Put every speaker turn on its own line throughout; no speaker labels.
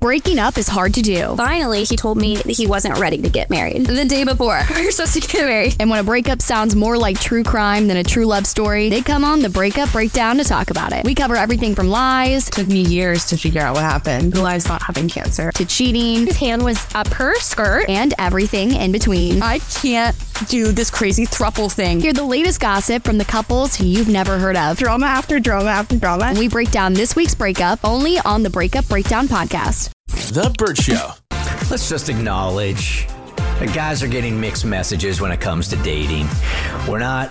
Breaking up is hard to do.
Finally, he told me that he wasn't ready to get married. The day before, we were supposed to get married.
And when a breakup sounds more like true crime than a true love story, they come on the Breakup Breakdown to talk about it. We cover everything from lies
took me years to figure out what happened. The lies about having cancer.
to cheating
His hand was up her skirt.
and everything in between.
I can't do this crazy thruple thing.
Hear the latest gossip from the couples who you've never heard of.
Drama after drama after drama.
And we break down this week's breakup only on the Breakup Breakdown podcast.
The Burt Show.
Let's just acknowledge that guys are getting mixed messages when it comes to dating. We're not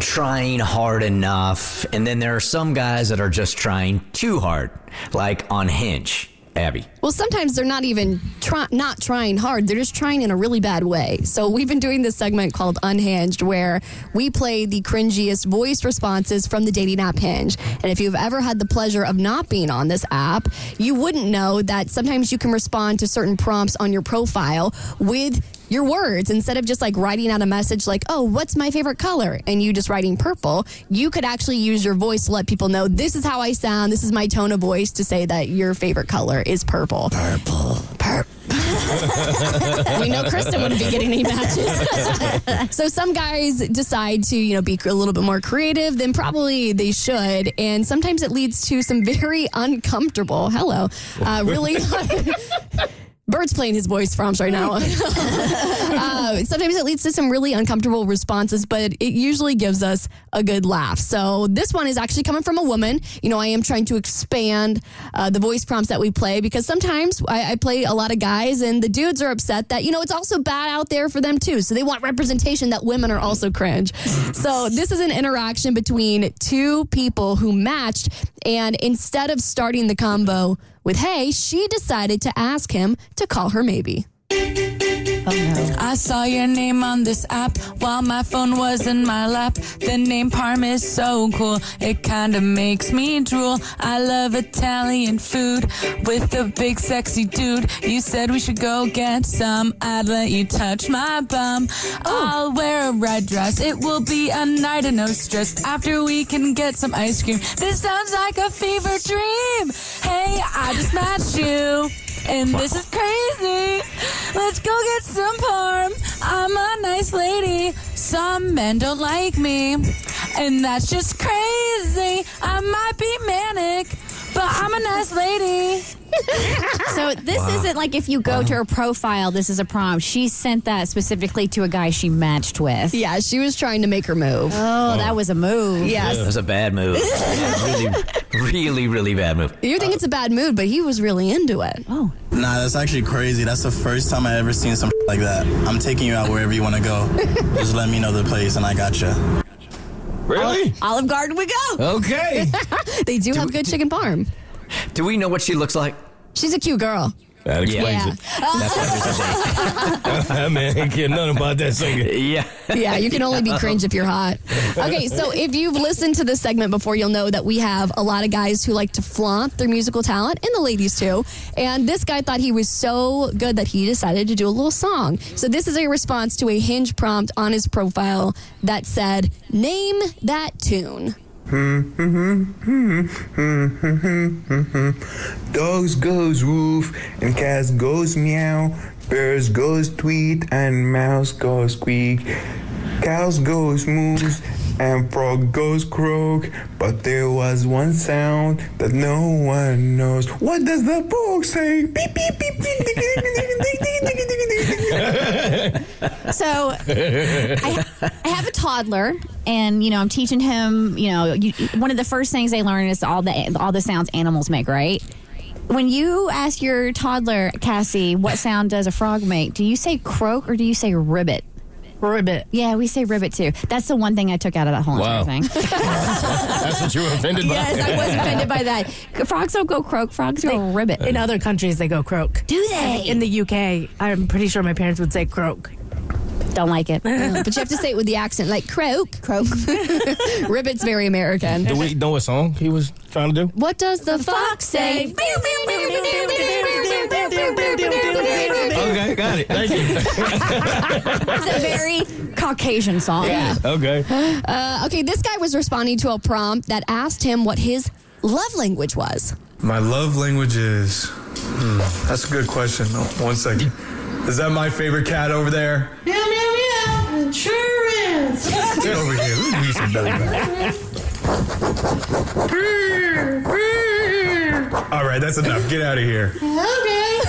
trying hard enough. And then there are some guys that are just trying too hard, like on Hinge. Abby.
Well, sometimes they're not even try- not trying hard. They're just trying in a really bad way. So we've been doing this segment called Unhinged, where we play the cringiest voice responses from the dating app Hinge. And if you've ever had the pleasure of not being on this app, you wouldn't know that sometimes you can respond to certain prompts on your profile with your words instead of just like writing out a message like oh what's my favorite color and you just writing purple you could actually use your voice to let people know this is how i sound this is my tone of voice to say that your favorite color is purple purple purple we know Kristen wouldn't be getting any matches. so some guys decide to, you know, be a little bit more creative than probably they should, and sometimes it leads to some very uncomfortable. Hello, uh, really. Bird's playing his voice prompts right now. Uh, sometimes it leads to some really uncomfortable responses, but it usually gives us a good laugh. So this one is actually coming from a woman. You know, I am trying to expand uh, the voice prompts that we play because sometimes I, I play a lot of guys and the dudes are upset that, you know, it's also bad out there for them too. So they want representation that women are also cringe. so this is an interaction between two people who matched. And instead of starting the combo with, hey, she decided to ask him to call her maybe.
I saw your name on this app while my phone was in my lap. The name Parm is so cool, it kinda makes me drool. I love Italian food with a big sexy dude. You said we should go get some, I'd let you touch my bum. I'll wear a red dress, it will be a night of no stress. After we can get some ice cream, this sounds like a fever dream. Hey, I just matched you. And this is crazy. Let's go get some parm. I'm a nice lady. Some men don't like me. And that's just crazy. I might be manic, but I'm a nice lady.
So this isn't like if you go to her profile, this is a prompt. She sent that specifically to a guy she matched with.
Yeah, she was trying to make her move.
Oh, that was a move.
yes.
That was a bad move. Yeah, really, really, really bad move.
You think it's a bad mood, but he was really into it.
Nah, that's actually crazy. That's the first time I ever seen some like that. I'm taking you out wherever you want to go. Just let me know the place, and I got you.
Really?
Olive Garden we go.
Okay.
They do, have good chicken parm.
Do we know what she looks like?
She's a cute girl.
That explains
Yeah.
That's what I was gonna say.
it. that man ain't getting nothing about that singer.
Yeah.
Yeah, you can only be cringe if you're hot. Okay, so if you've listened to this segment before, you'll know that we have a lot of guys who like to flaunt their musical talent, and the ladies too. And this guy thought he was so good that he decided to do a little song. So this is a response to a hinge prompt on his profile that said, "Name that tune."
Dogs goes woof, and cats goes meow, bears goes tweet, and mouse goes squeak. Cows goes moose, and frog goes croak. But there was one sound that no one knows. What does the book say? Beep beep beep. ding, ding, ding, ding, ding, ding, ding, ding, ding, ding, ding, ding.
So I, I have a toddler, and you know I'm teaching him. You know, you, one of the first things they learn is all the all the sounds animals make, right? When you ask your toddler Cassie what sound does a frog make, do you say croak or do you say ribbit? Ribbit. Yeah, we say ribbit too. That's the one thing I took out of that whole
Wow.
entire thing.
That's what you were offended by.
yes, I was offended by that. Frogs don't go croak. Frogs go ribbit.
In other countries, they go croak.
do they?
In the UK, I'm pretty sure my parents would say croak.
don't like it.
But you have to say it with the accent, like croak, croak. Ribbit's very American.
Do we know what song he was trying to do?
What does the fox say?
Okay, got it. Thank you.
It's a very Caucasian song.
okay.
Uh, okay, this guy was responding to a prompt that asked him what his love language was.
My love language is
Mm, that's a good question. Oh, One second. Is that my favorite cat over there?
Meow, meow, meow. It sure is.
Get over here. Let me use some belly rub. All right, that's enough. Get out of here.
okay.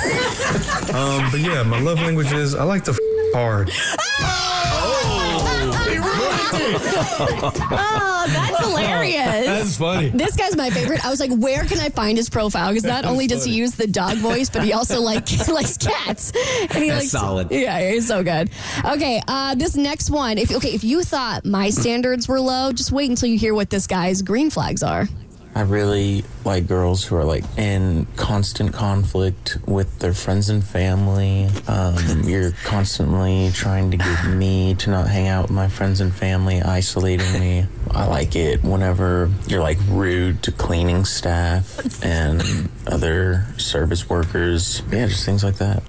Um, but yeah, my love language is I like to f- hard.
Oh, that's hilarious.
That's funny.
This guy's my favorite. I was like, where can I find his profile? Because not
That's
only does he
funny.
use the dog voice, but he also like likes cats. And he
That's
likes,
solid.
Yeah, he's so good. Okay, uh, this next one. If okay, if you thought my standards were low, just wait until you hear what this guy's green flags are.
I really like girls who are like in constant conflict with their friends and family. Um, you're constantly trying to get me to not hang out with my friends and family, isolating me. I like it whenever you're like rude to cleaning staff and other service workers. Yeah, just things like that.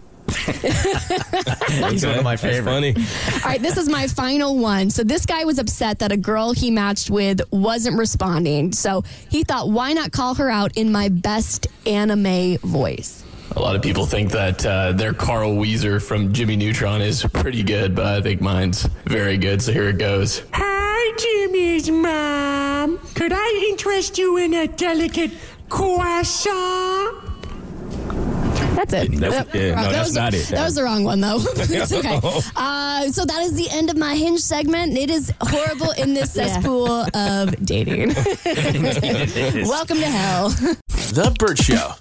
He's one of my favorite.
All right, this is my final one. So this guy was upset that a girl he matched with wasn't responding. So he thought, why not call her out in my best anime voice?
A lot of people think that uh, their Carl Weezer from Jimmy Neutron is pretty good, but I think mine's very good. So here it goes.
Hi, Jimmy's mom. Could I interest you in a delicate croissant?
That's it.
That's-
That-
yeah, no,
that
that's
was the-
not it.
That was the wrong one, though. it's okay. Uh, so that is the end of my hinge segment. It is horrible in this cesspool of dating. Welcome to hell.
The Burt Show.